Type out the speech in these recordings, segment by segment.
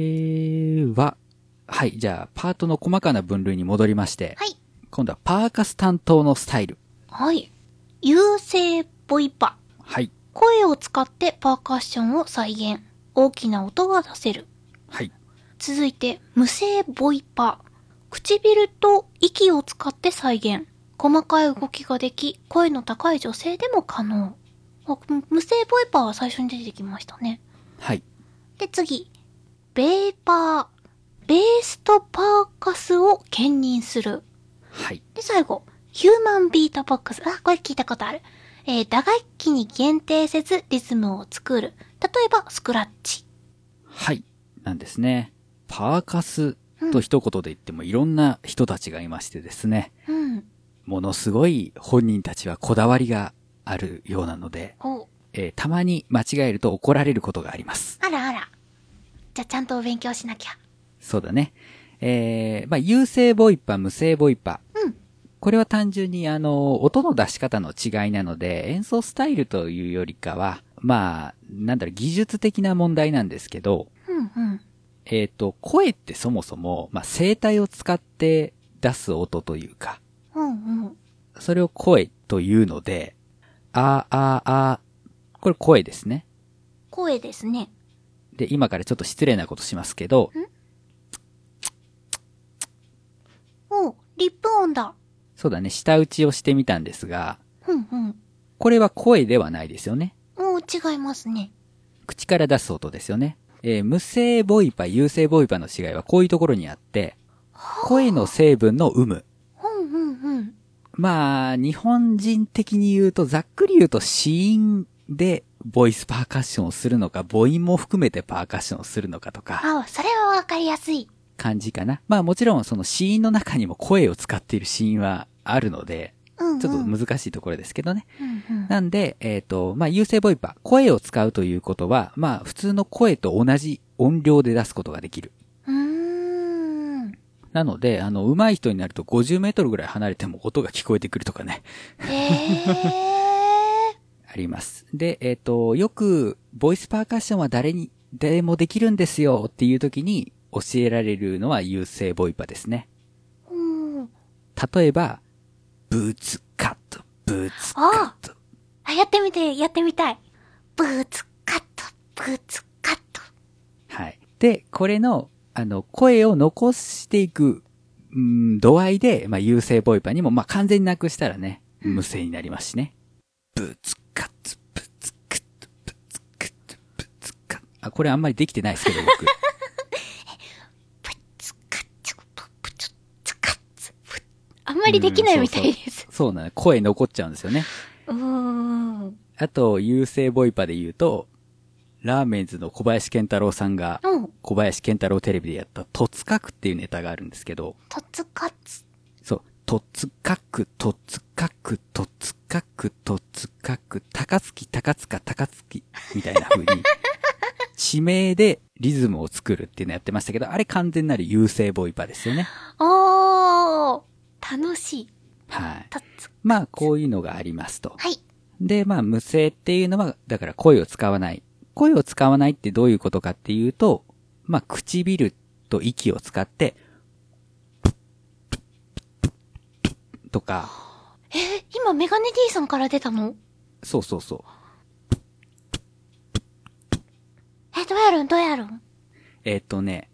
では、はい、じゃあ、パートの細かな分類に戻りまして、はい。今度はパーカス担当のスタイル。はい。優勢ボイパ。はい、声を使ってパーカッションを再現。大きな音が出せる。はい、続いて、無声ボイパ。唇と息を使って再現。細かい動きができ、声の高い女性でも可能。あむ無声ボイパは最初に出てきましたね。はい、で、次。ベーパー。ベースとパーカスを兼任する。はい、で、最後。ヒューマンビートボックス。あ、これ聞いたことある。えー、打楽器に限定せずリズムを作る。例えば、スクラッチ。はい、なんですね。パーカスと一言で言ってもいろんな人たちがいましてですね、うん。ものすごい本人たちはこだわりがあるようなので、お、えーたまに間違えると怒られることがあります。あらあら。じゃあ、ちゃんとお勉強しなきゃ。そうだね。えー、まあ、有声ボイパ、無声ボイパ。うんこれは単純に、あの、音の出し方の違いなので、演奏スタイルというよりかは、まあ、なんだろう、技術的な問題なんですけど、うんうん。えっ、と、声ってそもそも、まあ、声帯を使って出す音というか、うんうん。それを声というので、あーあーあーこれ声ですね。声ですね。で、今からちょっと失礼なことしますけど、お、リップ音だ。そうだね、舌打ちをしてみたんですが、うんうん。これは声ではないですよね。お、違いますね。口から出す音ですよね。えー無声ボイパ、有声ボイパの違いはこういうところにあって、声の成分の有無。うんうんうん。まあ、日本人的に言うと、ざっくり言うと子音でボイスパーカッションをするのか、母音も含めてパーカッションをするのかとか、あ、それはわかりやすい。感じかな。まあもちろんその子音の中にも声を使っている子音はあるので、うん、うん。ちょっと難しいところですけどね。うんうん。なんで、えっ、と、まあ、優勢ボイパー、声を使うということは、まあ、普通の声と同じ音量で出すことができる。うーん。なので、あの、上手い人になると50メートルぐらい離れても音が聞こえてくるとかね、へ ー。あります。で、えっ、と、よく、ボイスパーカッションは誰に、誰もできるんですよっていう時に教えられるのは優勢ボイパーですね。うん。例えば、ブーツカット、ブーツカット。あ、やってみて、やってみたい。ブーツカット、ブーツカット。はい。で、これの、あの、声を残していく、うん度合いで、まあ、優勢ボイパにも、まあ、完全になくしたらね、無声になりますしね。ぶつかつ、ぶつかつ、ぶつかつ、ぶつかあ、これあんまりできてないですけど、 僕。ブツカッツ、ブブツツカッツ。ブあんまりできないみたいです。そうなの。声残っちゃうんですよね。うーん。あと、優勢ボイパで言うと、ラーメンズの小林健太郎さんが、うん。小林健太郎テレビでやった、とつかくっていうネタがあるんですけど、とつかつ。そう。とつかく、とつかく、とつかく、とつかく、高槻、高塚、高槻、みたいな風に、地名でリズムを作るっていうのやってましたけど、あれ完全なる優勢ボイパですよね。おー。楽しい。はい。とつ。まあ、こういうのがありますと。はい。で、まあ、無声っていうのは、だから声を使わない。声を使わないってどういうことかっていうと、まあ、唇と息を使って、とか、えー今メガネ D さんから出たのそうそうそう。え、どうやるんどうやるんえっ、とね、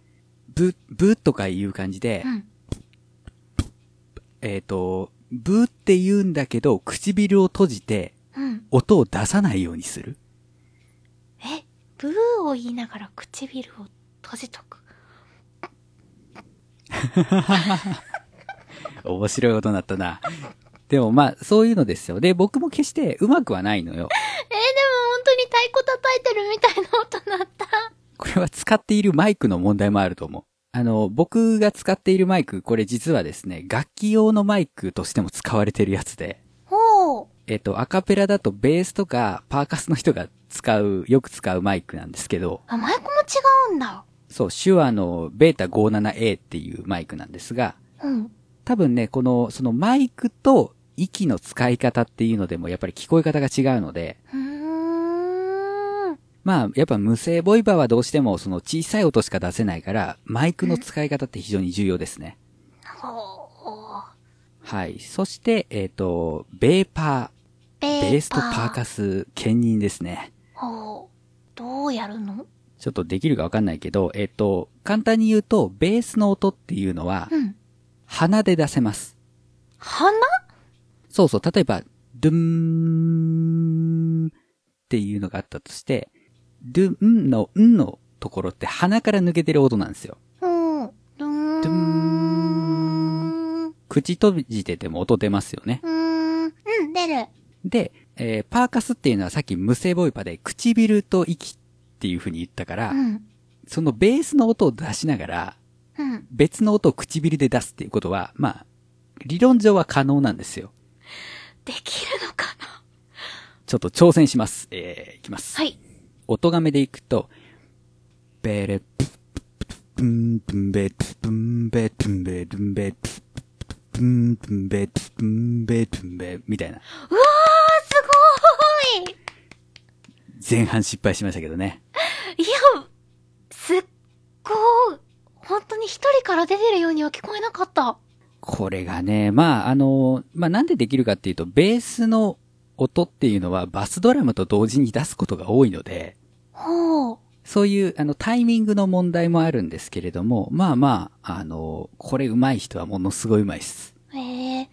ぶ、ぶとかいう感じでう、ん。えっ、と、ぶって言うんだけど、唇を閉じて、うん。音を出さないようにする。え、ブーを言いながら唇を閉じとく。面白い音になったな。でもまあ、そういうのですよ。で、僕も決してうまくはないのよ。えーでも本当に太鼓叩いてるみたいな音なった。これは使っているマイクの問題もあると思う。あの、僕が使っているマイク、これ実はですね、楽器用のマイクとしても使われてるやつで、ほう。えっ、と、アカペラだとベースとかパーカスの人が使う、よく使うマイクなんですけど、あ、マイクも違うんだ。そう、手話のベータ 57A っていうマイクなんですが、うん。多分ね、この、そのマイクと息の使い方っていうのでもやっぱり聞こえ方が違うので、うーん。まあ、やっぱ無声ボイパーはどうしてもその小さい音しか出せないから、マイクの使い方って非常に重要ですね。ほう。はい。そして、えっ、と、ベーパベー、ーパベー。ースとパーカス、兼任ですね。ほう。どうやるのちょっとできるかわかんないけど、えっ、と、簡単に言うと、ベースの音っていうのは、うん。鼻で出せます。花そうそう、例えば、ドゥーンっていうのがあったとして、ドゥンの、んのところって鼻から抜けてる音なんですよ。うん。ドゥドゥーン。ーン。口閉じてても音出ますよね。うーん。うん、出る。で、えーパーカスっていうのはさっき無声ボイパで唇と息っていう風に言ったから、うん。そのベースの音を出しながら、うん。別の音を唇で出すっていうことは、まあ、理論上は可能なんですよ。できるのかなちょっと挑戦します。えー、いきます。はい。音がめでいくと、ベレ、ブンブンベ、ブンベ、ブンベ、ブンベ、ブンブンベ、ブンベ、ブンベ、みたいな。うわー、すごーい前半失敗しましたけどね。いや、すっごい。本当に一人から出てるようには聞こえなかった。これがね、まあ、あの、まあ、なんでできるかっていうと、ベースの音っていうのはバスドラムと同時に出すことが多いので、ほう。そういう、あの、タイミングの問題もあるんですけれども、まあまあ、あの、これ上手い人はものすごい上手いです。えー。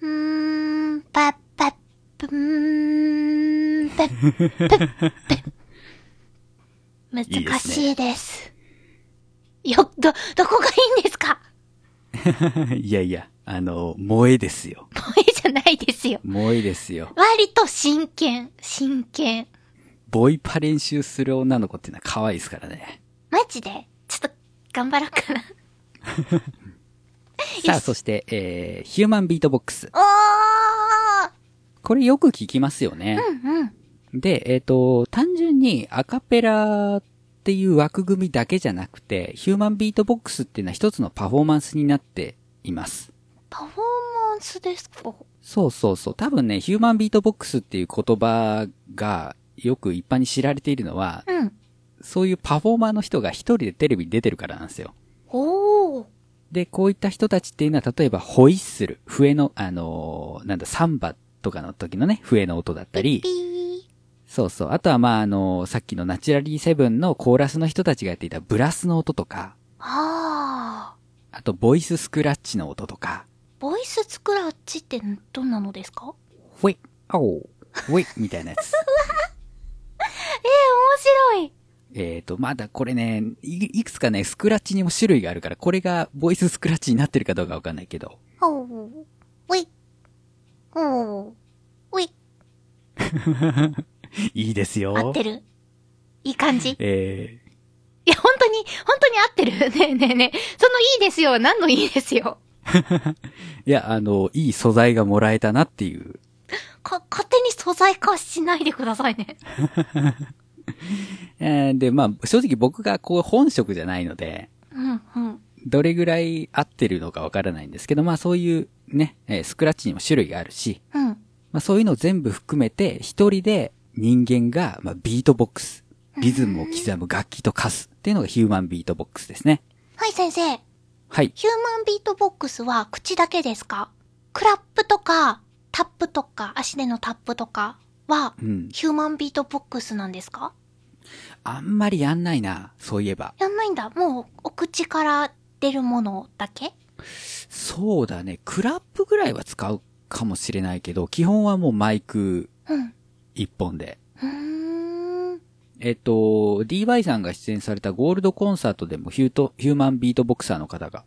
うーん、ぱっぱっ、ぷーん、ぺっ、ぺっ、ぺっ。難しいです。よ、ど、どこがいいんですかいやいや、あの、萌えですよ。もういいじゃないですよ。萌えですよ。割と真剣、真剣。ボイパ練習する女の子っていうのは可愛いですからね。マジでちょっと、頑張ろうかな。さあ、そして、えー、ヒューマンビートボックス。おーこれよく聞きますよね。うんうん。で、えっ、と、単純にアカペラっていう枠組みだけじゃなくて、ヒューマンビートボックスっていうのは一つのパフォーマンスになっています。パフォーマンスですかそうそうそう。多分ね、ヒューマンビートボックスっていう言葉がよく一般に知られているのは、うん。そういうパフォーマーの人が一人でテレビに出てるからなんですよ。おー。で、こういった人たちっていうのは、例えば、ホイッスル、笛の、あのーなんだ、サンバとかの時のね、笛の音だったり、ピそうそう。あとは、まあ、あの、さっきのナチュラリーセブンのコーラスの人たちがやっていたブラスの音とか、ー。あー。あと、ボイススクラッチの音とか、ボイススクラッチってどんなのですかウェイ、アオウェイ、みたいなやつ。 えー、面白い。えっと、まだこれねい、いくつかね、スクラッチにも種類があるから、これがボイススクラッチになってるかどうかわかんないけど。おー。ウィ。おー。ウィ。いいですよ。合ってる。いい感じ。いえーや、本当に、本当に合ってる。 ねえねえねえ。そのいいですよ。何のいいですよ。いや、あの、いい素材がもらえたなっていうか、勝手に素材化しないでくださいね。えーで、まあ、正直僕がこう本職じゃないので、うん、うん。どれぐらい合ってるのかわからないんですけど、まあそういうね、えースクラッチにも種類があるし、うん。まあそういうの全部含めて、一人で人間が、まあ、ビートボックス、リズムを刻む楽器と化すっていうのがヒューマンビートボックスですね。はい、先生。はい。ヒューマンビートボックスは口だけですかクラップとか、タップとか、足でのタップとかはう、ん。ヒューマンビートボックスなんですかあんまりやんないな、そういえば。やんないんだ。もう、お口から出るものだけそうだね、クラップぐらいは使うかもしれないけど、基本はもうマイクうん。一本で。うーん。えっと、DY さんが出演されたゴールドコンサートでもヒュートヒューマンビートボクサーの方が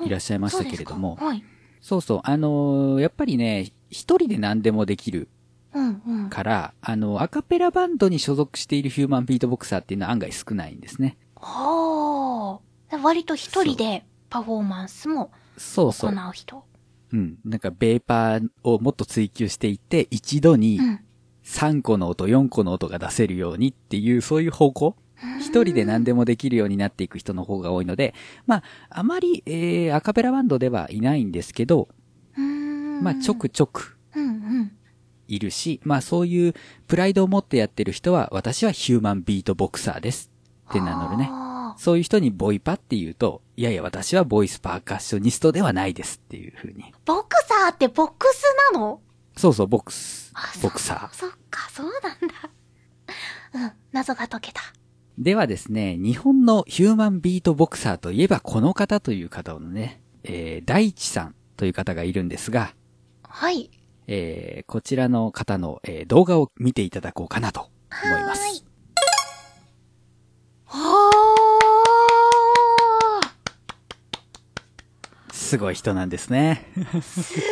いらっしゃいましたけれども、そうですかそうそう、あのーやっぱりね、一人で何でもできるはい。うんうん。から、あの、アカペラバンドに所属しているヒューマンビートボクサーっていうのは案外少ないんですね。はあ。割と一人でパフォーマンスもそう行そう。う人。うん。なんか、ベーパーをもっと追求していって、一度にうん。 3個の音、4個の音が出せるようにっていう、そういう方向一人で何でもできるようになっていく人の方が多いので、まあ、あまり、えー、アカペラバンドではいないんですけど、うーん。まあ、ちょくちょく、うんうん。いるし、まあそういうプライドを持ってやってる人は、私はヒューマンビートボクサーですって名乗るね。あーそういう人にボイパって言うと、いやいや私はボイスパーカッショニストではないですっていう風に。ボクサーってボックスなのそうそう、ボクスあ、ボクサそっか、そうなんだ。うん、謎が解けた。ー。ではですね、日本のヒューマンビートボクサーといえばこの方という方のね、えー、大地さんという方がいるんですが、はい。えーこちらの方の、えー動画を見ていただこうかなと思いまはーいす。はすごい人なんですね。 ーすごーい。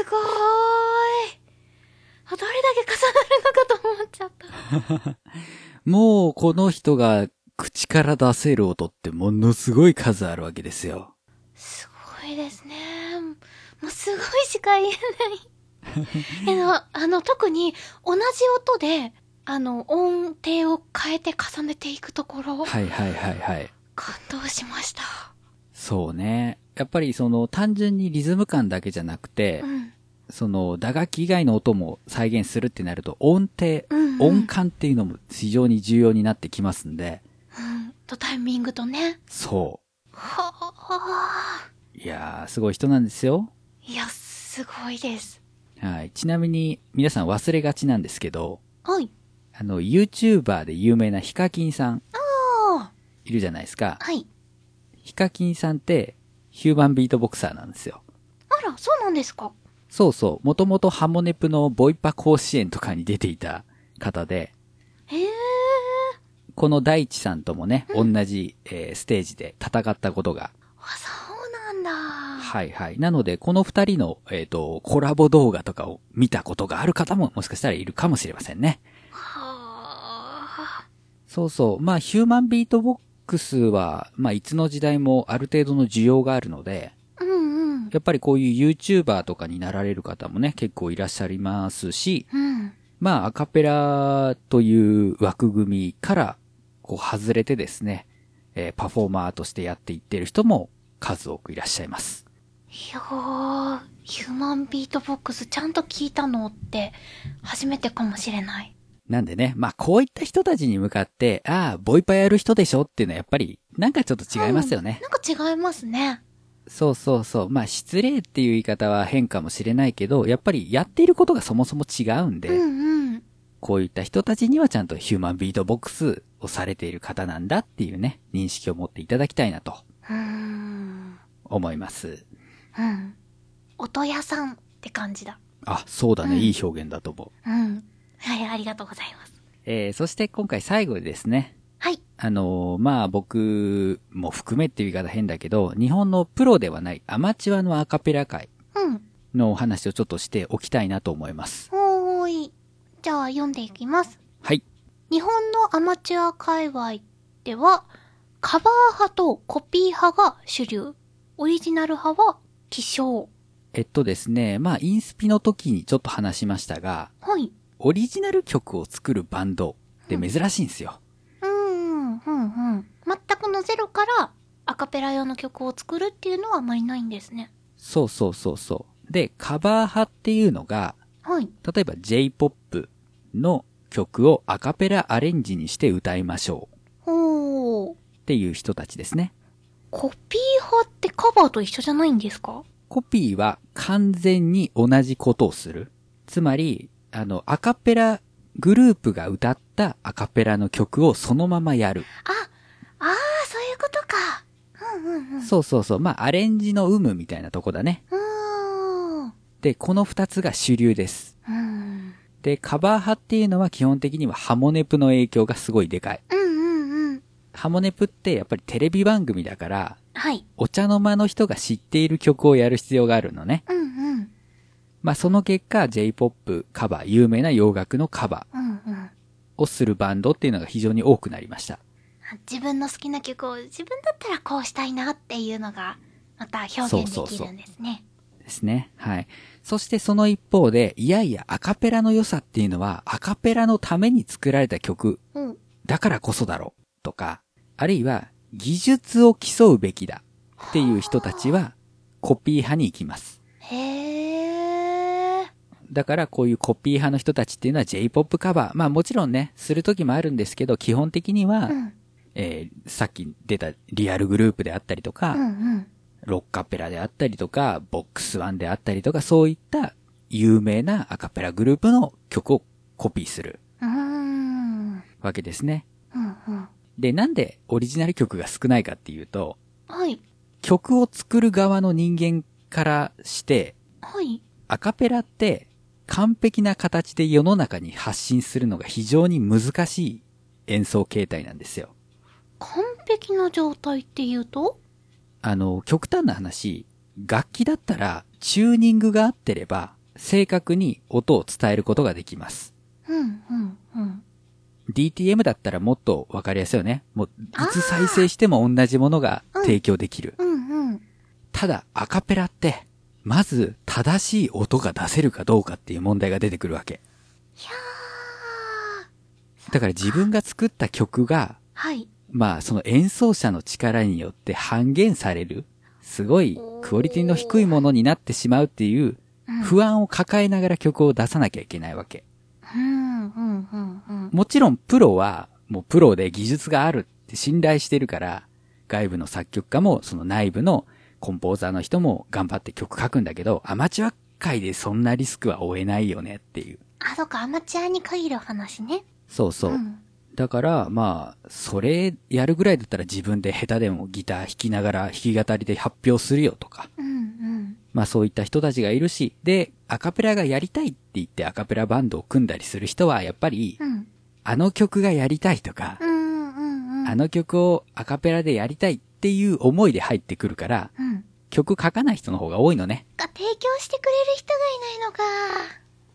あ、どれだけ重なるのかと思っちゃった。もうこの人が口から出せる音ってものすごい数あるわけですよ。すごいですね。もうすごいしか言えない。あの、あの、特に同じ音で、あの、音程を変えて重ねていくところ、はいはいはいはい。感動しました。そうね。やっぱりその単純にリズム感だけじゃなくてう、ん。その打楽器以外の音も再現するってなると音程、うん、うん。音感っていうのも非常に重要になってきますんで、うん。とタイミングとね。そはあ。う。いやー、すごい人なんですよ。いや、すごいです。はい。ちなみに皆さん忘れがちなんですけど、はい。あの、YouTuber で有名なヒカキンさんああ。いるじゃないですか。はい。ヒカキンさんってヒューマンビートボクサーなんですよ。あら、そうなんですか。そうそう。もともとハモネプのボイパ甲子園とかに出ていた方で、へえ。この大地さんともね、同じ、えーステージで戦ったことが。あ、そうなんだ。ははいはい。なので、この二人の、えっ、と、コラボ動画とかを見たことがある方ももしかしたらいるかもしれませんね。あ。そうそう。まあ、ヒューマンビートボックスは、まあ、いつの時代もある程度の需要があるので、うんうん。やっぱりこういう YouTuber とかになられる方もね、結構いらっしゃいますし、うん。まあ、アカペラという枠組みから、こう、外れてですね、えーパフォーマーとしてやっていってる人も数多くいらっしゃいます。いやー、ヒューマンビートボックスちゃんと聞いたのって、初めてかもしれない。なんでね、まあ、こういった人たちに向かって、ああ、ボイパやる人でしょっていうのはやっぱり、なんかちょっと違いますよね。なんか違いますね。そうそうそう。まあ、失礼っていう言い方は変かもしれないけど、やっぱりやっていることがそもそも違うんで、うんうん。こういった人たちにはちゃんとヒューマンビートボックスをされている方なんだっていうね、認識を持っていただきたいなとうーん。思います。うん。音屋さんって感じだ。あ、そうだね。うんいい表現だと思う。うん。はい、ありがとうございます。えー、そして今回最後にですね、はい。あのーまあ、僕も含めっていう言い方変だけど、日本のプロではないアマチュアのアカペラ界うん。のお話をちょっとしておきたいなと思います。おーい。じゃあ読んでいきます。はい。日本のアマチュア界隈では、カバー派とコピー派が主流。オリジナル派は希少。えっとですね、まあ、インスピの時にちょっと話しましたが、はい。オリジナル曲を作るバンドって珍しいんですよ。うん、うん、うん、うん。全くのゼロからアカペラ用の曲を作るっていうのはあまりないんですね。そうそうそうそう。で、カバー派っていうのが、はい。例えば J-POP の曲をアカペラアレンジにして歌いましょうおー。っていう人たちですね。コピー派ってカバーと一緒じゃないんですかコピーは完全に同じことをする。つまり、あの、アカペラグループが歌ったアカペラの曲をそのままやる。あ、あー、そういうことか。うん、うん、うん。そうそうそう。まあ、アレンジの有無みたいなとこだね。うーん。で、この二つが主流です。うん。で、カバー派っていうのは基本的にはハモネプの影響がすごいでかい。うんうんうん。ハモネプってやっぱりテレビ番組だから、はい。お茶の間の人が知っている曲をやる必要があるのね。うんうん。まあ、その結果、J-POP カバー、有名な洋楽のカバーうんうん。をするバンドっていうのが非常に多くなりました。自分の好きな曲を自分だったらこうしたいなっていうのが、また表現できるんですね。ですね。はい。そしてその一方で、いやいや、アカペラの良さっていうのは、アカペラのために作られた曲うん。だからこそだろうとか、あるいは技術を競うべきだっていう人たちはコピー派に行きます。へー。だからこういうコピー派の人たちっていうのは J-POP カバー。まあもちろんね、する時もあるんですけど、基本的には、うん。えーさっき出たリアルグループであったりとか、うんうん。ロッカペラであったりとか、ボックスワンであったりとか、そういった有名なアカペラグループの曲をコピーするうーん。わけですね。うんうん。で、なんでオリジナル曲が少ないかっていうと、はい。曲を作る側の人間からして、はい。アカペラって完璧な形で世の中に発信するのが非常に難しい演奏形態なんですよ。完璧な状態って言うとあの、極端な話、楽器だったらチューニングが合ってれば正確に音を伝えることができます。うんうんうん。 DTM だったらもっとわかりやすいよね。もういあーつ再生しても同じものが提供できる。うんうん。ただ、アカペラって、まず正しい音が出せるかどうかっていう問題が出てくるわけ。あーだから自分が作った曲が、はい。まあその演奏者の力によって半減される、すごいクオリティの低いものになってしまうっていううん不安を抱えながら曲を出さなきゃいけないわけ。うんうんうんうん。もちろんプロはもうプロで技術があるって信頼してるから、外部の作曲家もその内部のコンポーザーの人も頑張って曲書くんだけど、アマチュア界でそんなリスクは負えないよねっていう。あ、そっか、アマチュアに限る話ね。そうそうう。ん。だから、まあ、それやるぐらいだったら自分で下手でもギター弾きながら弾き語りで発表するよとか、うんうん。まあそういった人たちがいるし、で、アカペラがやりたいって言ってアカペラバンドを組んだりする人は、やっぱりう、ん。あの曲がやりたいとかう、んうんうん。あの曲をアカペラでやりたいっていう思いで入ってくるから、うん。曲書かない人の方が多いのね。が提供してくれる人がいないのか。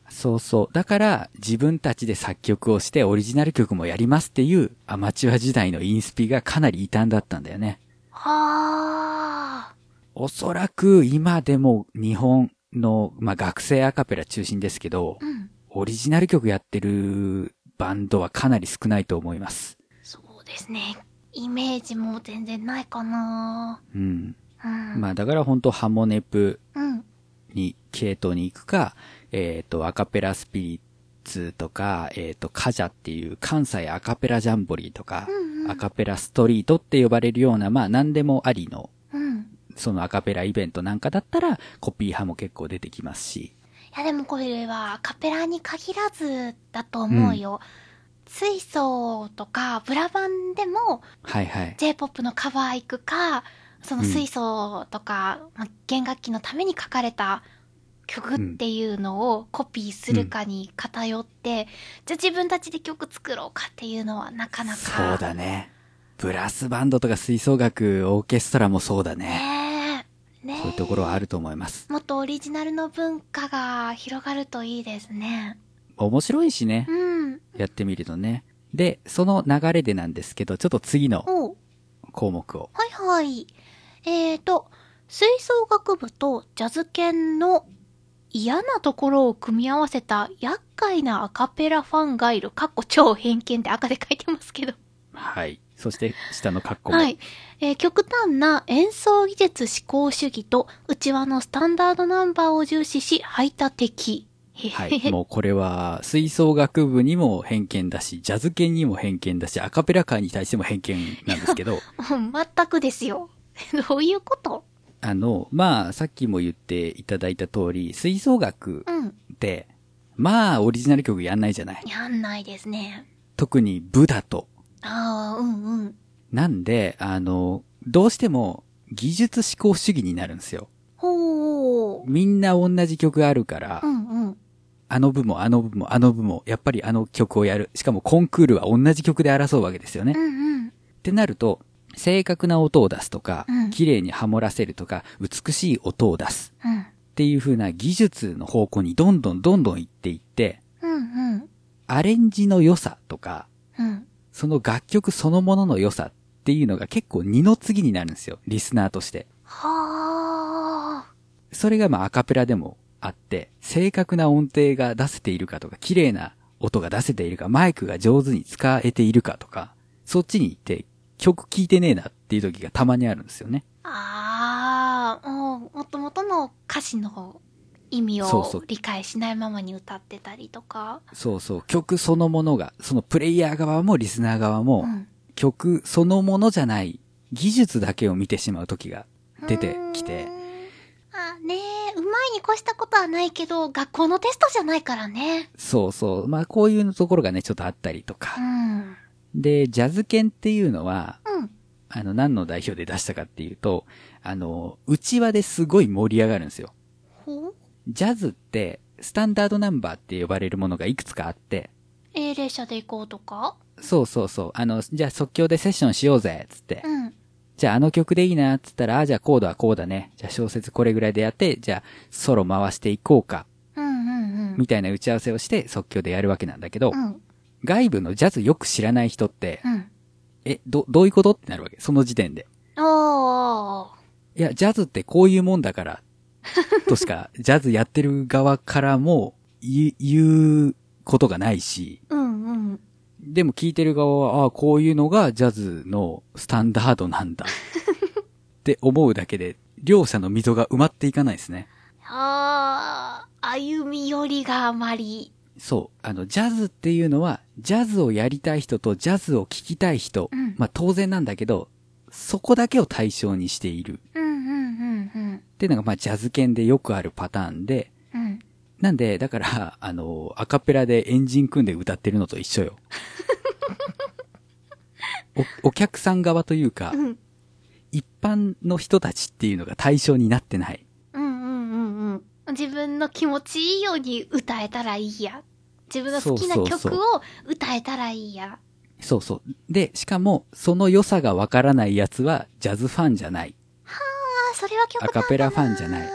そうそう。だから、自分たちで作曲をしてオリジナル曲もやりますっていうアマチュア時代のインスピがかなり異端だったんだよね。はあ。おそらく今でも日本の、まあ、学生アカペラ中心ですけどう、ん。オリジナル曲やってるバンドはかなり少ないと思います。そうですね。イメージも全然ないかな。うん。うん。まあだから本当ハモネプうん。に、系統に行くか、えっ、と、アカペラスピリッツとか、えっ、と、カジャっていう関西アカペラジャンボリーとか、うんうんアカペラストリートって呼ばれるような、まあ何でもありの、うん。そのアカペライベントなんかだったら、コピー派も結構出てきますし、いやでもこれはアカペラに限らずだと思うよ。水素とかブラバンでもはいはい。 J-POP のカバー行くか、その水素とか、まあ弦楽器のために書かれた曲っていうのをコピーするかに偏って、じゃあ自分たちで曲作ろうかっていうのはなかなか。そうだね。ブラスバンドとか吹奏楽、オーケストラもそうだね。ねえ。ねえ。そういうところはあると思います。もっとオリジナルの文化が広がるといいですね。面白いしねう。ん。やってみるとね。で、その流れでなんですけど、ちょっと次のおう。項目を。はいはい。えーと、吹奏楽部とジャズ犬の嫌なところを組み合わせた厄介なアカペラファンがいる。かっこ超偏見で赤で書いてますけど。はい。そして、下の括弧も。はい。えー極端な演奏技術思考主義と内輪のスタンダードナンバーを重視し排他的。へへへは い。もうこれは、吹奏楽部にも偏見だし、ジャズ犬にも偏見だし、アカペラ界に対しても偏見なんですけ ど、うん全くですよ。 どういうことあの、まあ、さっきも言っていただいた通り、吹奏楽うん。って、まあ、オリジナル曲やんないじゃない。やんないですね。特に、ブだと。ああ、うんうん。なんで、あの、どうしても技術思考主義になるんですよ。ほう。みんな同じ曲があるから、うんうん。あの部もあの部もあの部も、やっぱりあの曲をやる。しかもコンクールは同じ曲で争うわけですよね。うんうん。ってなると、正確な音を出すとかうん、綺麗にハモらせるとか、美しい音を出すうん。っていう風な技術の方向にどんどんどんどん行っていって、うんうん。アレンジの良さとか、うん。その楽曲そのものの良さっていうのが結構二の次になるんですよ。リスナーとして。はあ。それがまあアカペラでもあって、正確な音程が出せているかとか、綺麗な音が出せているか、マイクが上手に使えているかとか、そっちに行って曲聴いてねえなっていう時がたまにあるんですよね。ああ、もう、もともとの歌詞の意味そうそをう理解しないままに歌ってたりとか。そうそう、曲そのものが、そのプレイヤー側もリスナー側も、うん曲そのものじゃない、技術だけを見てしまう時が出てきてうー、んあ、ねえ、うまいに越したことはないけど、学校のテストじゃないからね。そうそう、まあこういうところがね、ちょっとあったりとうか。ん。で、ジャズ犬っていうのは、うん。あの、何の代表で出したかっていうと、あの、内輪ですごい盛り上がるんですよ。ほうジャズって、スタンダードナンバーって呼ばれるものがいくつかあって、英霊者で行こうとかそうそうそう、あの、じゃあ即興でセッションしようぜ、つってう。ん。じゃああの曲でいいな、っつったら、あ、じゃあコードはこうだね。じゃあ小説これぐらいでやって、じゃあソロ回していこうか、うんうんうん。みたいな打ち合わせをして即興でやるわけなんだけど、うん。外部のジャズよく知らない人って、うん。え、ど、どういうことってなるわけ。その時点で。おー。いや、ジャズってこういうもんだ から、としか、ジャズやってる側からも言う、言うことがないし、うんうん。でも聞いてる側は、ああ、こういうのがジャズのスタンダードなん だ。って思うだけで、両者の溝が埋まっていかないですね。あー、歩み寄りがあまり。そう。あの、ジャズっていうのは、ジャズをやりたい人とジャズを聴きたい人、うんまあ当然なんだけど、そこだけを対象にしている。うんうんうんっていうのが、まあジャズ圏でよくあるパターンで、うん。うん。なんで、だから、あの、アカペラでエンジン組んで歌ってるのと一緒よ。お、お客さん側というかう、ん。一般の人たちっていうのが対象になってない。うんうんうんうん。自分の気持ちいいように歌えたらいいや。自分の好きなそうそうそう曲を歌えたらいいや。そうそう。で、しかも、その良さがわからないやつは、ジャズファンじゃない。あー、それは曲アなんだなカペラファンじゃない。っ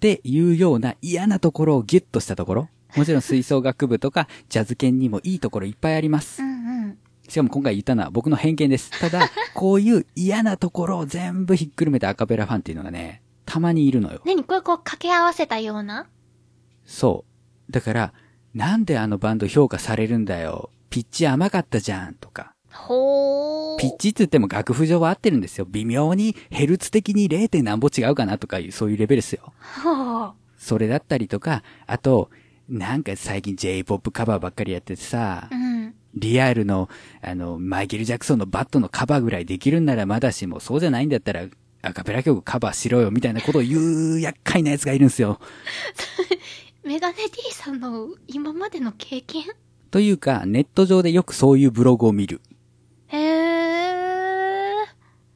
ていうような嫌なところをギュッとしたところ。もちろん吹奏楽部とか、ジャズ犬にもいいところいっぱいありまうす。んうん。しかも今回言ったのは僕の偏見です。ただ、こういう嫌なところを全部ひっくるめてアカペラファンっていうのがね、たまにいるのよ。何これこう掛け合わせたようなそう。だから、なんであのバンド評価されるんだよ。ピッチ甘かったじゃん。とか。ほー。ピッチって言っても楽譜上は合ってるんですよ。微妙にヘルツ的に 0. 点何ぼ違うかなとかいう、そういうレベルですよ。ほー。それだったりとか、あと、なんか最近 J-POP カバーばっかりやっててさう、ん。リアルの、あの、マイケル・ジャクソンのバットのカバーぐらいできるんならまだしも、そうじゃないんだったら、アカペラ曲カバーしろよ、みたいなことを言う厄介な奴がいるんですよ。メガネ D さんの今までの経験というか、ネット上でよくそういうブログを見る。へえ。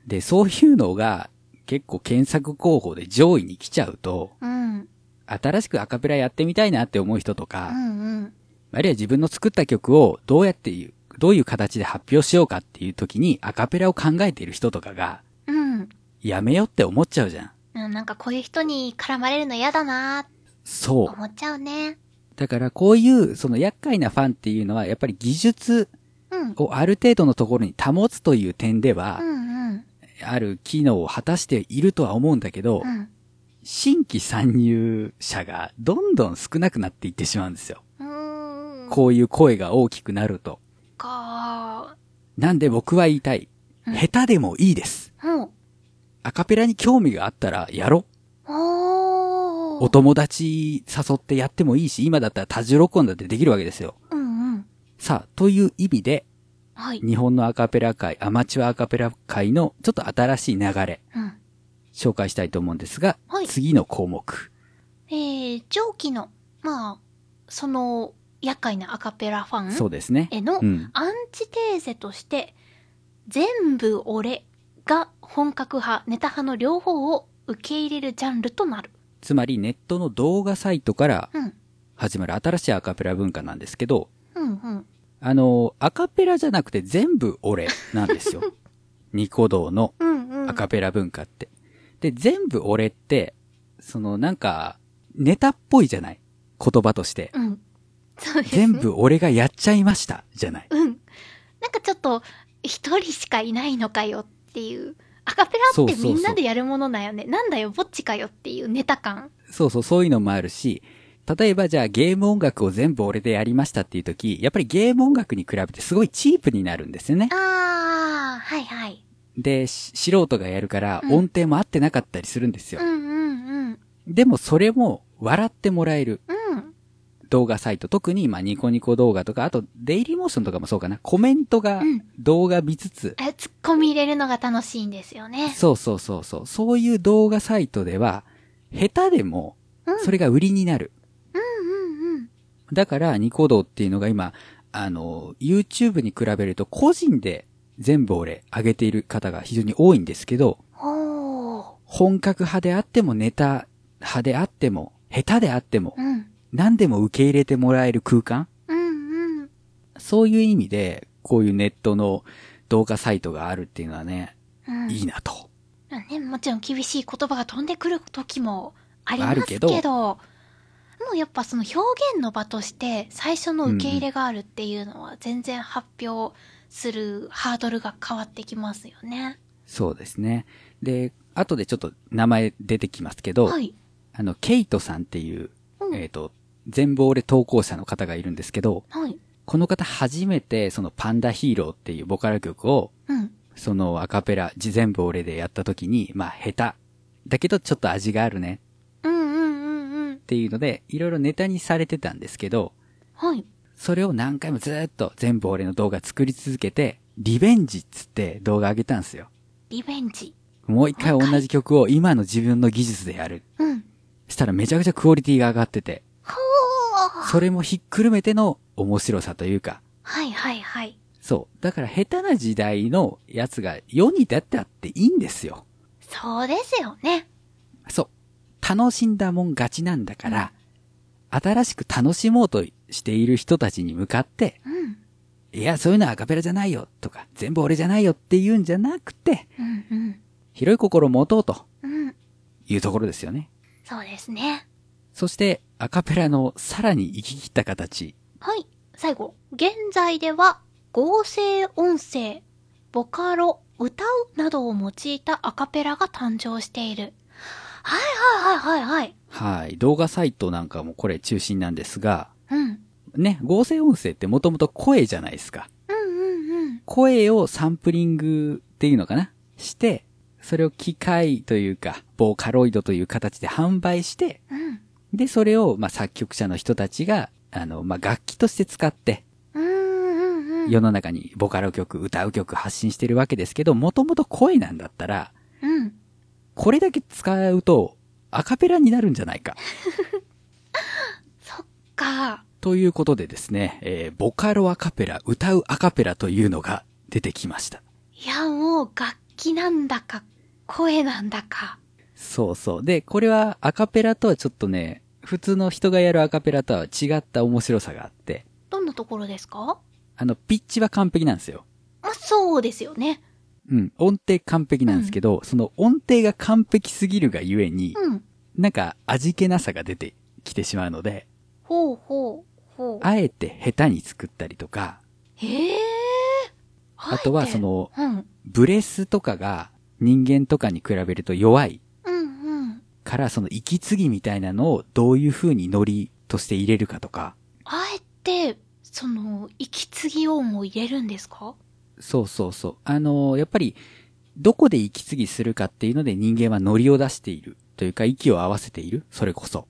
で、そういうのが、結構検索候補で上位に来ちゃうと、うん。うん新しくアカペラやってみたいなって思う人とか、うん。あるいは自分の作った曲をどうやっていう、どういう形で発表しようかっていう時にアカペラを考えている人とかが、うん。やめようって思っちゃうじゃん。うんなんかこういう人に絡まれるの嫌だなーってそう。思っちゃうね。だからこういう、その厄介なファンっていうのは、やっぱり技術うん。をある程度のところに保つという点ではう、んうん。ある機能を果たしているとは思うんだけどう、ん。新規参入者がどんどん少なくなっていってしまうんですよ。うーん。こういう声が大きくなると。かなんで僕は言いたい。うん下手でもいいです。ー。うん。アカペラに興味があったらやろう。おー。お友達誘ってやってもいいし、今だったら多重録音だってできるわけですよ。うんうん。さあ、という意味で、はい。日本のアカペラ界、アマチュアアカペラ界のちょっと新しい流れ、うん。紹介したいと思うんですが、はい次の項目。えー、上記の、まあ、その、厄介なアカペラファンそうですね。へのうん。アンチテーゼとして、全部俺が本格派、ネタ派の両方を受け入れるジャンルとなる。つまりネットの動画サイトからうん。始まる新しいアカペラ文化なんですけど、うんうん。あの、アカペラじゃなくて全部俺なんです よ。ニコ動のうんうん。アカペラ文化って。で、全部俺って、そのなんか、ネタっぽいじゃない言葉として。うん。そうですね。全部俺がやっちゃいました、じゃない。うん。なんかちょっと、一人しかいないのかよっていう。アカペそラうそってうそうみんなでやるものだよね。なんだよ、ぼっちかよっていうネタ感。そうそう、そういうのもあるし、例えばじゃあゲーム音楽を全部俺でやりましたっていう時、やっぱりゲーム音楽に比べてすごいチープになるんですよね。あー、はいはい。で、し素人がやるからうん音程も合ってなかったりするんですようん。うんうん。でもそれも笑ってもらえるうん。動画サイト、特に、まあ、ニコニコ動画とか、あと、デイリーモーションとかもそうかな、コメントがうん動画見つつ、え、突っ込み入れるのが楽しいんですよね。そうそうそうそう、そういう動画サイトでは、下手でもうん、それが売りになる。うんうんうん。だから、ニコ動っていうのが今、あの、YouTube に比べると個人で全部俺上げている方が非常に多いんですけど、ほー。本格派であってもネタ派であっても、下手であってもう、ん。何でも受け入れてもらえる空間うんうん。そういう意味で、こういうネットの動画サイトがあるっていうのはね、うん。いいなと。ね、もちろん厳しい言葉が飛んでくる時もありあまるすけけどど、もうやっぱその表現の場として最初の受け入れがあるっていうのは全然発表するハードルが変わってきますよね。そうですね。で、後でちょっと名前出てきますけど、はい。あの、ケイトさんっていう、うんえっ、と、全亡霊投稿者の方がいるんですけど、はい。この方初めてそのパンダヒーローっていうボカロ曲を、うん。そのアカペラ、事前部俺でやった時に、まあ下手。だけどちょっと味があるねうんうんうんうんっ。ていうので、いろいろネタにされてたんですけど、はい。それを何回もずーっと全部俺の動画作り続けて、リベンジっつって動画上げたんですよ。リベンジ。もう一回もう一回同じ曲を今の自分の技術でやる。うん。したらめちゃくちゃクオリティが上がってて、ほー。それもひっくるめての面白さというか、はいはいはい。そう。だから下手な時代のやつが世に出てあっていいんですよ。そうですよね。そう。楽しんだもん勝ちなんだから、新しく楽しもうとしている人たちに向かって、うん。いや、そういうのはアカペラじゃないよとか、全部俺じゃないよっていうんじゃなくて、うんうん。広い心を持とうとうん。いうところですよね。そうですね。そして、アカペラのさらに行き切った形。はい。最後。現在では合成音声、ボカロ、歌うなどを用いたアカペラが誕生している。はいはいはいはいはい。はい。動画サイトなんかもこれ中心なんですが、うん。ね、合成音声ってもともと声じゃないですか。うんうんうん。声をサンプリングっていうのかなして、それを機械というか、ボーカロイドという形で販売して、うん。で、それを、まあ、作曲者の人たちが、あの、まあ、楽器として使って、うんうんうん。世の中にボカロ曲、歌う曲発信してるわけですけど、もともと声なんだったら、うん。これだけ使うと、アカペラになるんじゃないか。そっか。ということでですね、えーボカロアカペラ、歌うアカペラというのが出てきました。いや、もう楽器なんだか、声なんだか。そうそう。で、これはアカペラとはちょっとね、普通の人がやるアカペラとは違った面白さがあって、どんなところですかあの、ピッチは完璧なんですよ。まあ、そうですよね。うん、音程完璧なんですけど、その音程が完璧すぎるがゆえに、うん。なんか味気なさが出てきてしまうので、ほうほうほう。あえて下手に作ったりとか、へえ。あとはその、あえて、うん。ブレスとかが人間とかに比べると弱いうんうん。から、その息継ぎみたいなのをどういう風にノリとして入れるかとか、あえて、その、息継ぎ音を入れるんですかそうそうそう。あのーやっぱり、どこで息継ぎするかっていうので人間はノリを出している。というか、息を合わせている。それこそ。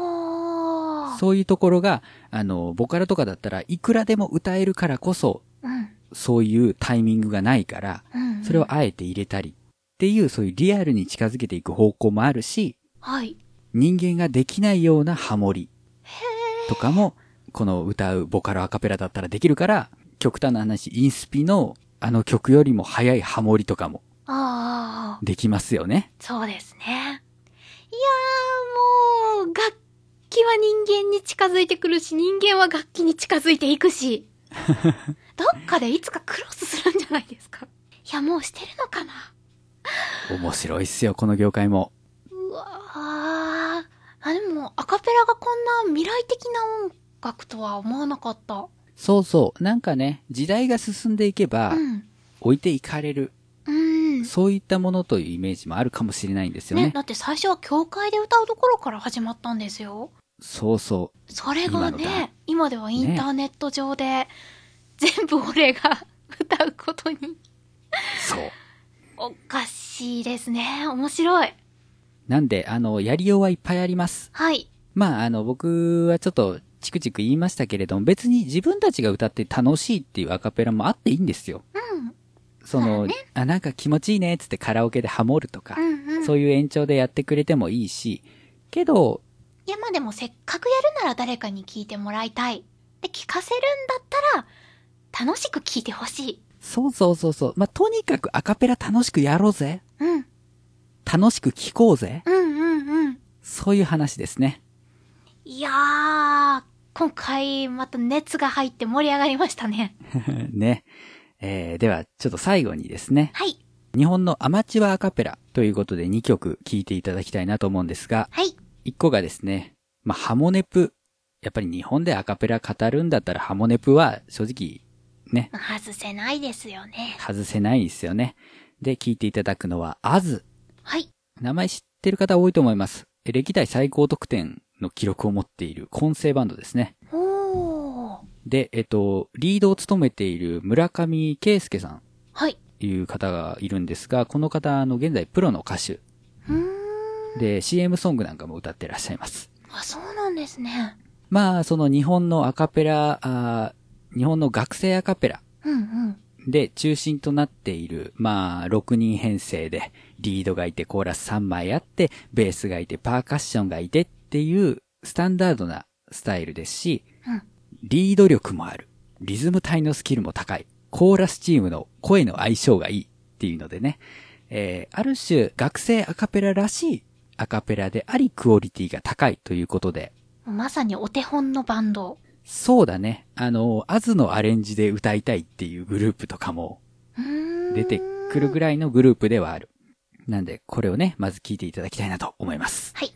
ほー。そういうところが、あのーボカロとかだったらいくらでも歌えるからこそ、うん。そういうタイミングがないから、うん。それを、あえて入れたり。っていう、そういうリアルに近づけていく方向もあるし、はい。人間ができないようなハモリへとかも、この歌うボカロアカペラだったらできるから、極端な話、インスピのあの曲よりも早いハモリとかもー。ああ、できますよね。そうですね。いやー、もう、楽器は人間に近づいてくるし、人間は楽器に近づいていくし。どっかでいつかクロスするんじゃないですか。いや、もうしてるのかな面白いっすよ、この業界も。うわあ、あ、でも、アカペラがこんな未来的な音楽とは思わなかった。そうそう。なんかね、時代が進んでいけばう、ん。置いていかれる、うん。そういったものというイメージもあるかもしれないんですよねね。だって最初は教会で歌うところから始まったんですよ。そうそそれが今のだね、今ではインターネット上で、全部俺が 歌うことに。う。そう。おかしいですね。面白い。なんで、あの、やりようはいっぱいあります。はい。まあ、あの、僕はちょっと、チクチク言いましたけれども、別に自分たちが歌って楽しいっていうアカペラもあっていいんですよ。うん。そその、うねあ、なんか気持ちいいねっつってカラオケでハモるとかう、んうん。そういう延長でやってくれてもいいし、けど、いや、まあでもせっかくやるなら誰かに聞いてもらいたい。で、聞かせるんだったら、楽しく聞いてほしい。そうそうそうそう、まあ、とにかくアカペラ楽しくやろうぜ。うん。楽しく聴こうぜ。うんうんうん。そういう話ですね。いやー、今回また熱が入って盛り上がりましたね。 ね。えー、では、ちょっと最後にですね、はい。日本のアマチュアアカペラということで2曲聴いていただきたいなと思うんですが、はい。 1個がですね、まあ、ハモネプ。やっぱり日本でアカペラ語るんだったらハモネプは正直、ね、外せないですよね。外せないですよね。で、聴いていただくのは、アズ。はい。名前知ってる方多いと思います。歴代最高得点の記録を持っている混声バンドですね。おー。で、えっと、リードを務めている村上圭介さんはい。という方がいるんですが、この方、あの、現在プロの歌手うーん。で CM ソングなんかも歌ってらっしゃいます。あ、そうなんですね。まあ、その日本のアカペラ、あー日本の学生アカペラうんうん。で中心となっている、まあ、6人編成で、リードがいて、コーラス3枚あって、ベースがいて、パーカッションがいてっていう、スタンダードなスタイルですし、うんリード力もある。リズム体のスキルも高い。コーラスチームの声の相性がいいっていうのでね、えー、ある種、学生アカペラらしいアカペラであり、クオリティが高いということで、まさにお手本のバンド。そうだね。あの、アズのアレンジで歌いたいっていうグループとかもうーん。出てくるぐらいのグループではある。なんで、これをね、まず聞いていただきたいなと思います。はい。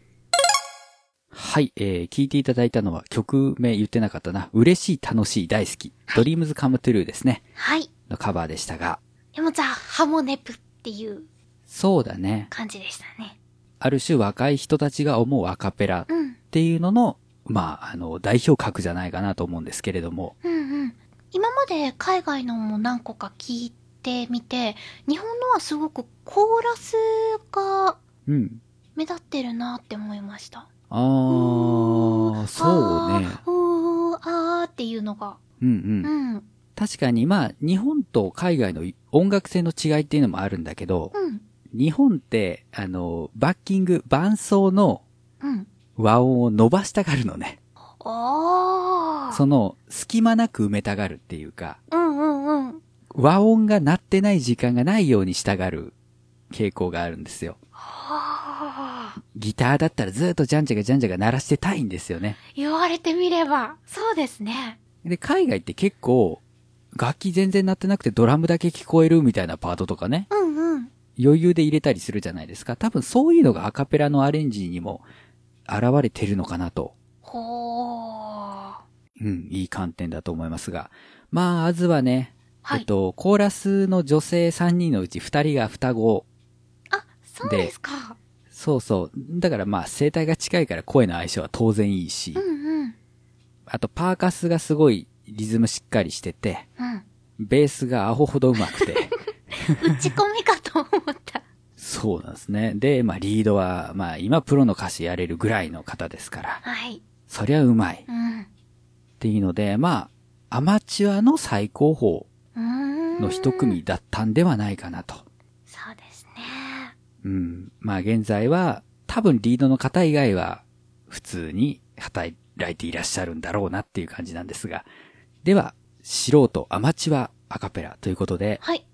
はい、えー、聞いていただいたのは曲名言ってなかったな。嬉しい、楽しい、大好き。ドリームズカムトゥルーですね。はい。のカバーでしたが。でもザ・ハモネプっていうそうだね。感じでしたね。ある種若い人たちが思うアカペラっうん。ていうのの、まあ、あの、代表格じゃないかなと思うんですけれども。うんうん。今まで海外のも何個か聞いてみて、日本のはすごくコーラスがうん。目立ってるなって思いました。あー、そうね。あーうーあーっていうのが。うんう。うんん。うん。確かにまあ、日本と海外の音楽性の違いっていうのもあるんだけど、日本って、あの、バッキング、伴奏のうん。和音を伸ばしたがるのね。あー。その、隙間なく埋めたがるっていうか、うんうんうん。和音が鳴ってない時間がないようにしたがる傾向があるんですよ。あー。ギターだったらずっとジャンジャがジャンジャが鳴らしてたいんですよね。言われてみれば、そうですね。で、海外って結構、楽器全然鳴ってなくてドラムだけ聞こえるみたいなパートとかね。うんうん。余裕で入れたりするじゃないですか。多分そういうのがアカペラのアレンジにも現れてるのかなと。ほー。うん、いい観点だと思いますが。まあ、アズはね、はいえっと、コーラスの女性3人のうち2人が双子。あ、そうですか。そうそう。だからまあ、声帯が近いから声の相性は当然いいしうん、うん。あとパーカスがすごいリズムしっかりしてて、うん。ベースがアホほど上手く て。打ち込みかと思った。 そうなんですね。で、まあ、リードは、まあ、今プロの歌手やれるぐらいの方ですから、はい。そりゃ上手い。うん。っていうので、まあ、アマチュアの最高峰うーん。の一。組だったんではないかなと。そうですね。うん。まあ現在は、多分リードの方以外は、普通に働いていらっしゃるんだろうなっていう感じなんですが。では、素人アマチュアアカペラということで、はい。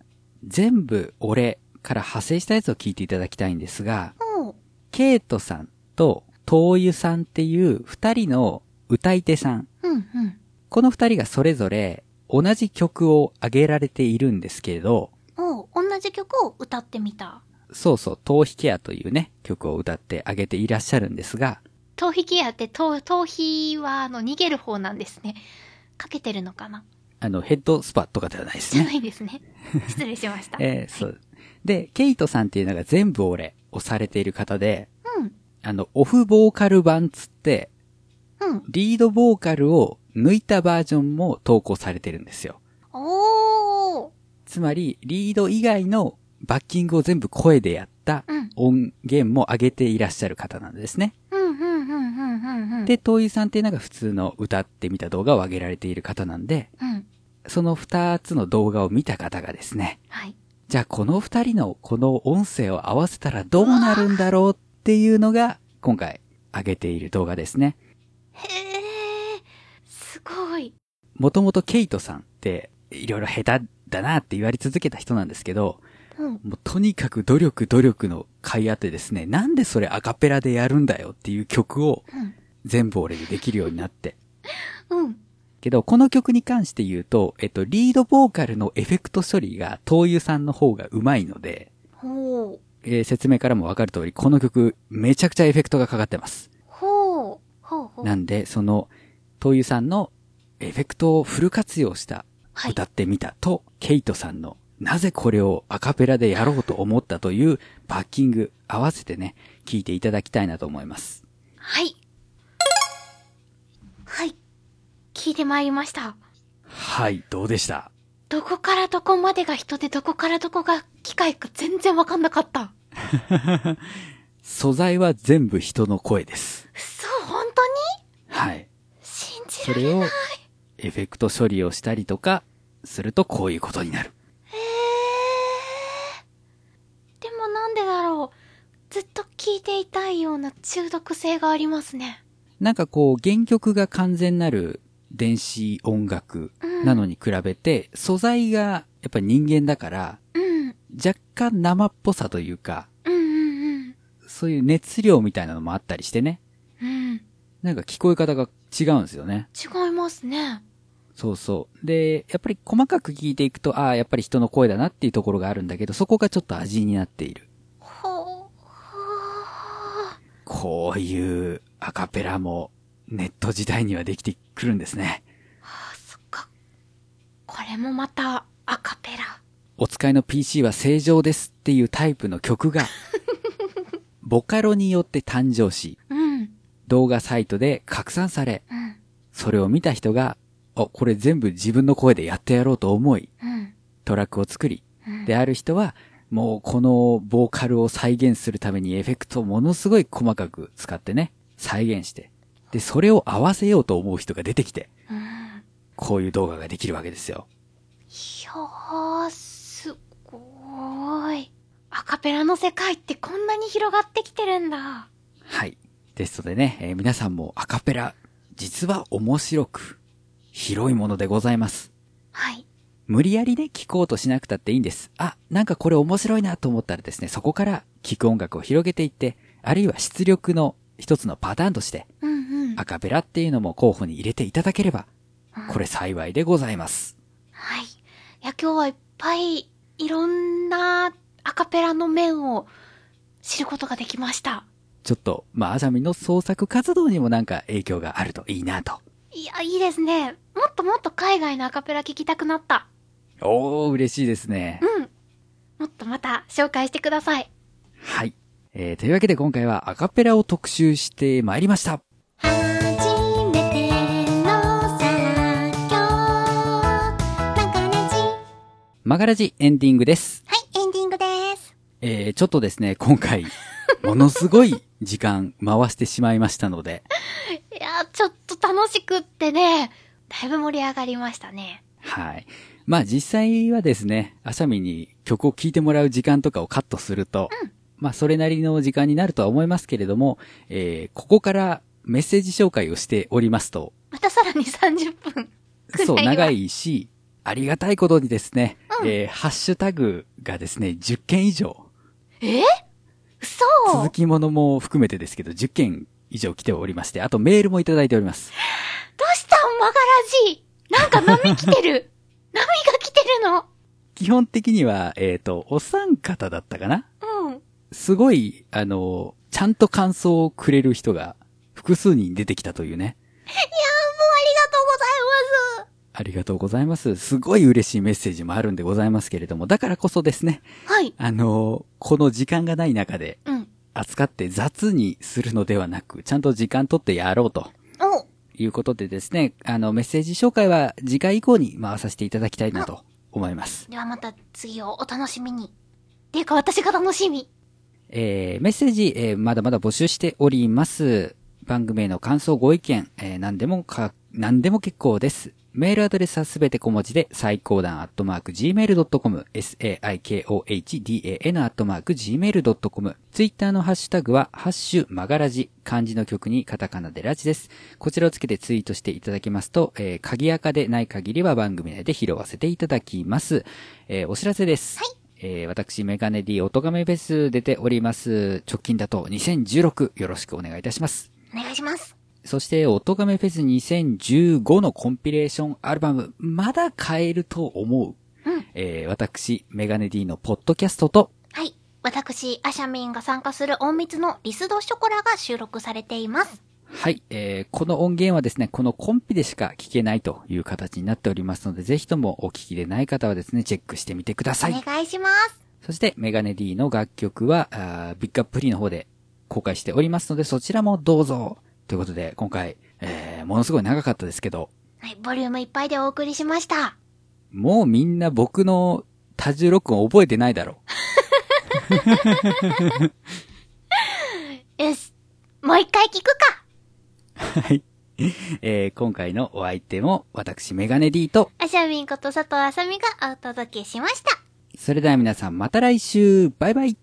全部俺から派生したやつを聞いていただきたいんですが、おう。ケイトさんとトーユさんっていう二人の歌い手さんうんうん。この二人がそれぞれ同じ曲を上げられているんですけれど、おう。同じ曲を歌ってみた。そうそう、頭皮ケアというね、曲を歌ってあげていらっしゃるんですが、頭皮ケアって、頭頭皮は、あの、逃げる方なんですね。かけてるのかなあの、ヘッドスパとかではないですじゃなね。いで すね。失礼しました。えーそう。で、ケイトさんっていうのが全部俺をされている方で、うん。あの、オフボーカル版つって、うん。リードボーカルを抜いたバージョンも投稿されてるんですよ。おー。つまり、リード以外のバッキングを全部声でやった、したうん。音源も上げていらっしゃる方なんですね。うん、うん、うん、うん、うん、うん。で、東井さんってなんか普通の歌ってみた動画を上げられている方なんで、うん。その二つの動画を見た方がですね、はい。じゃあこの二人のこの音声を合わせたらどうなるんだろうっていうのが、今回上げている動画ですね。へえ、すごい。もともとケイトさんって、いろいろ下手だなって言われ続けた人なんですけど、うん。もうとにかく努力努力の甲斐あってですね、なんでそれアカペラでやるんだよっていう曲をうん。全部俺でできるようになって。うん。けど、この曲に関して言うと、えっと、リードボーカルのエフェクト処理が、東湯さんの方が上手いので、ほう。えー説明からもわかる通り、この曲、めちゃくちゃエフェクトがかかってます。ほう。ほうほう。なんで、その、東湯さんのエフェクトをフル活用したはい。歌ってみたと、ケイトさんの、なぜこれをアカペラでやろうと思ったというバッキング、合わせてね、聞いていただきたいなと思います。はい。はい。聞いてまいりました。はい、どうでしたどこからどこまでが人で、どこからどこが機械か全然わかんなかった。素材は全部人の声です。嘘、本当にはい。信じそられれを、エフェクト処理をしたりとか、するとこういうことになる。でもなんでだろう。ずっと聞いていたいような中毒性がありますね。なんかこう、原曲が完全なる電子音楽うん。なのに比べて、素材がやっぱり人間だから、うん。若干生っぽさというか、うんうんそういう熱量みたいなのもあったりしてね。うん。うん。なんか聞こえ方が違うんですよね。違いますね。そうそう。で、やっぱり細かく聞いていくと、ああ、やっぱり人の声だなっていうところがあるんだけど、そこがちょっと味になっている。ほう。こういうアカペラもネット時代にはできてくるんですね。あ、そっか。これもまたアカペラ。お使いの PC は正常ですっていうタイプの曲が、ボカロによって誕生し、うん。動画サイトで拡散され、うん。それを見た人が、あ、これ全部自分の声でやってやろうと思い、うん。トラックを作り、うんである人は、もうこのボーカルを再現するためにエフェクトをものすごい細かく使ってね、再現して、で、それを合わせようと思う人が出てきて、うん。いこういう動画ができるわけですよ。やー、すごーい。アカペラの世界ってこんなに広がってきてるんだ。はい。ですのでね、えー皆さんもアカペラ、実は面白く、広いものでございます。はい。無理やりね、聞こうとしなくたっていいんです。あ、なんかこれ面白いなと思ったらですね、そこから聞く音楽を広げていって、あるいは出力の一つのパターンとして、うんうん。アカペラっていうのも候補に入れていただければ、これ幸いでございます。はい。いや、今日はいっぱいいろんなアカペラの面を知ることができました。ちょっと、まあ、あざみの創作活動にもなんか影響があるといいなと。いや、いいですね。もっともっと海外のアカペラ聞きたくなった。おー、嬉しいですね。うん。もっとまた紹介してください。はい。えー、というわけで今回はアカペラを特集してまいりました。初めての作業。なんかねじ。はマガラジエンディングです。い、エンディングです。えー、ちょっとですね、今回、ものすごい時間回してしまいましたので、いや、ちょっと楽しくってね、だいぶ盛り上がりましたね。はい。まあ実際はですね、あさみに曲を聴いてもらう時間とかをカットすると、まあそれなりの時間になるとは思いますけれども、えーここからメッセージ紹介をしておりますと、またさらに30分。くらいはそう、長いし、ありがたいことにですね、えーハッシュタグがですね、10件以上、え嘘続きものも含めてですけど、10件以上来ておりまして、あとメールもいただいております。どうしたんマガラジなんか波来てる波が来てるの基本的には、えっ、と、お三方だったかなうん。すごい、あの、ちゃんと感想をくれる人が複数人出てきたというね。あありがとうございます。すごい嬉しいメッセージもあるんでございますけれども、だからこそですね、もうありあがとうございます。はい。の、この時間がない中でうん。扱って雑にするのではなく、ちゃんと時間取ってやろうとおいうことでですね、あの、メッセージ紹介は次回以降に回させていただきたいなと思います。ではまた次をお楽しみに。っていうか私が楽しみ。えーメッセージ、えーまだまだ募集しております。番組への感想、ご意見、えー何でもか、何でも結構です。メールアドレスはすべて小文字で、最高段アットマーク gmail.com、saikohdan アットマーク gmail.com。ツイッターのハッシュタグは、ハッシュマガラジ、漢字の曲にカタカナでラジです。こちらをつけてツイートしていただきますと、えー鍵垢でない限りは番組内で拾わせていただきます。えーお知らせです。はいえー私、メガネ D、おとがめフェス出ております。直近だと2016、よろしくお願いいたします。お願いします。そして、おとがめフェス2015のコンピレーションアルバム、まだ買えると思う。うんえー私、メガネ D のポッドキャストと、はい。私、アシャミンが参加する隠密のリスドショコラが収録されています。はい、えーこの音源はですね、このコンピでしか聞けないという形になっておりますので、ぜひともお聞きでない方はですね、チェックしてみてくださいお。願いします。そして、メガネ D の楽曲は、あービッグアップフリーの方で公開しておりますので、そちらもどうぞ。ということで、今回、えーものすごい長かったですけど、はい。ボリュームいっぱいでお送りしました。もうみんな僕の多重録音覚えてないだろよし。もう一回聞くか。う。はい。 えー今回のお相手も、私、メガネ D と、アシャミンこと佐藤あさみがお届けしました。それでは皆さんまた来週バイバイ